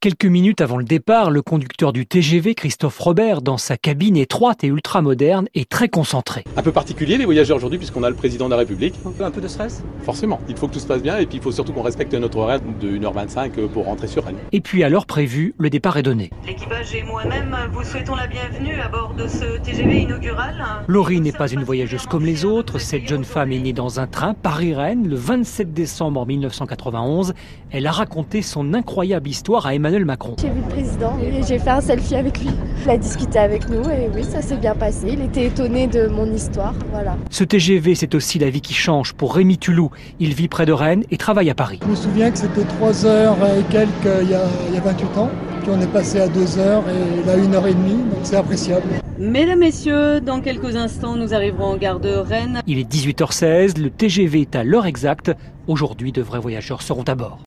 Quelques minutes avant le départ, le conducteur du TGV, Christophe Robert, dans sa cabine étroite et ultramoderne, est très concentré. Un peu particulier les voyageurs aujourd'hui puisqu'on a le président de la République. Un peu, un peu de stress Forcément, il faut que tout se passe bien et puis il faut surtout qu'on respecte notre horaire de 1h25 euh, pour rentrer sur Rennes. Et puis à l'heure prévue, le départ est donné. L'équipage et moi-même vous souhaitons la bienvenue à bord de ce TGV inaugural. Laurie n'est pas une voyageuse comme les autres. Cette jeune femme est née dans un train Paris-Rennes le 27 décembre 1991. Elle a raconté son incroyable histoire à Emmanuel Macron. J'ai vu le président oui, et j'ai fait un selfie avec lui. Il a discuté avec nous et oui, ça s'est bien passé. Il était étonné de mon histoire. Voilà. Ce TGV, c'est aussi la vie qui change pour Rémi Tulou. Il vit près de Rennes et travaille à Paris. Je me souviens que c'était 3 heures et quelques il y a, il y a 28 ans. Puis on est passé à 2 heures et là 1 heure et demie, donc c'est appréciable. Mesdames, Messieurs, dans quelques instants, nous arriverons en gare de Rennes. Il est 18h16, le TGV est à l'heure exacte. Aujourd'hui, de vrais voyageurs seront à bord.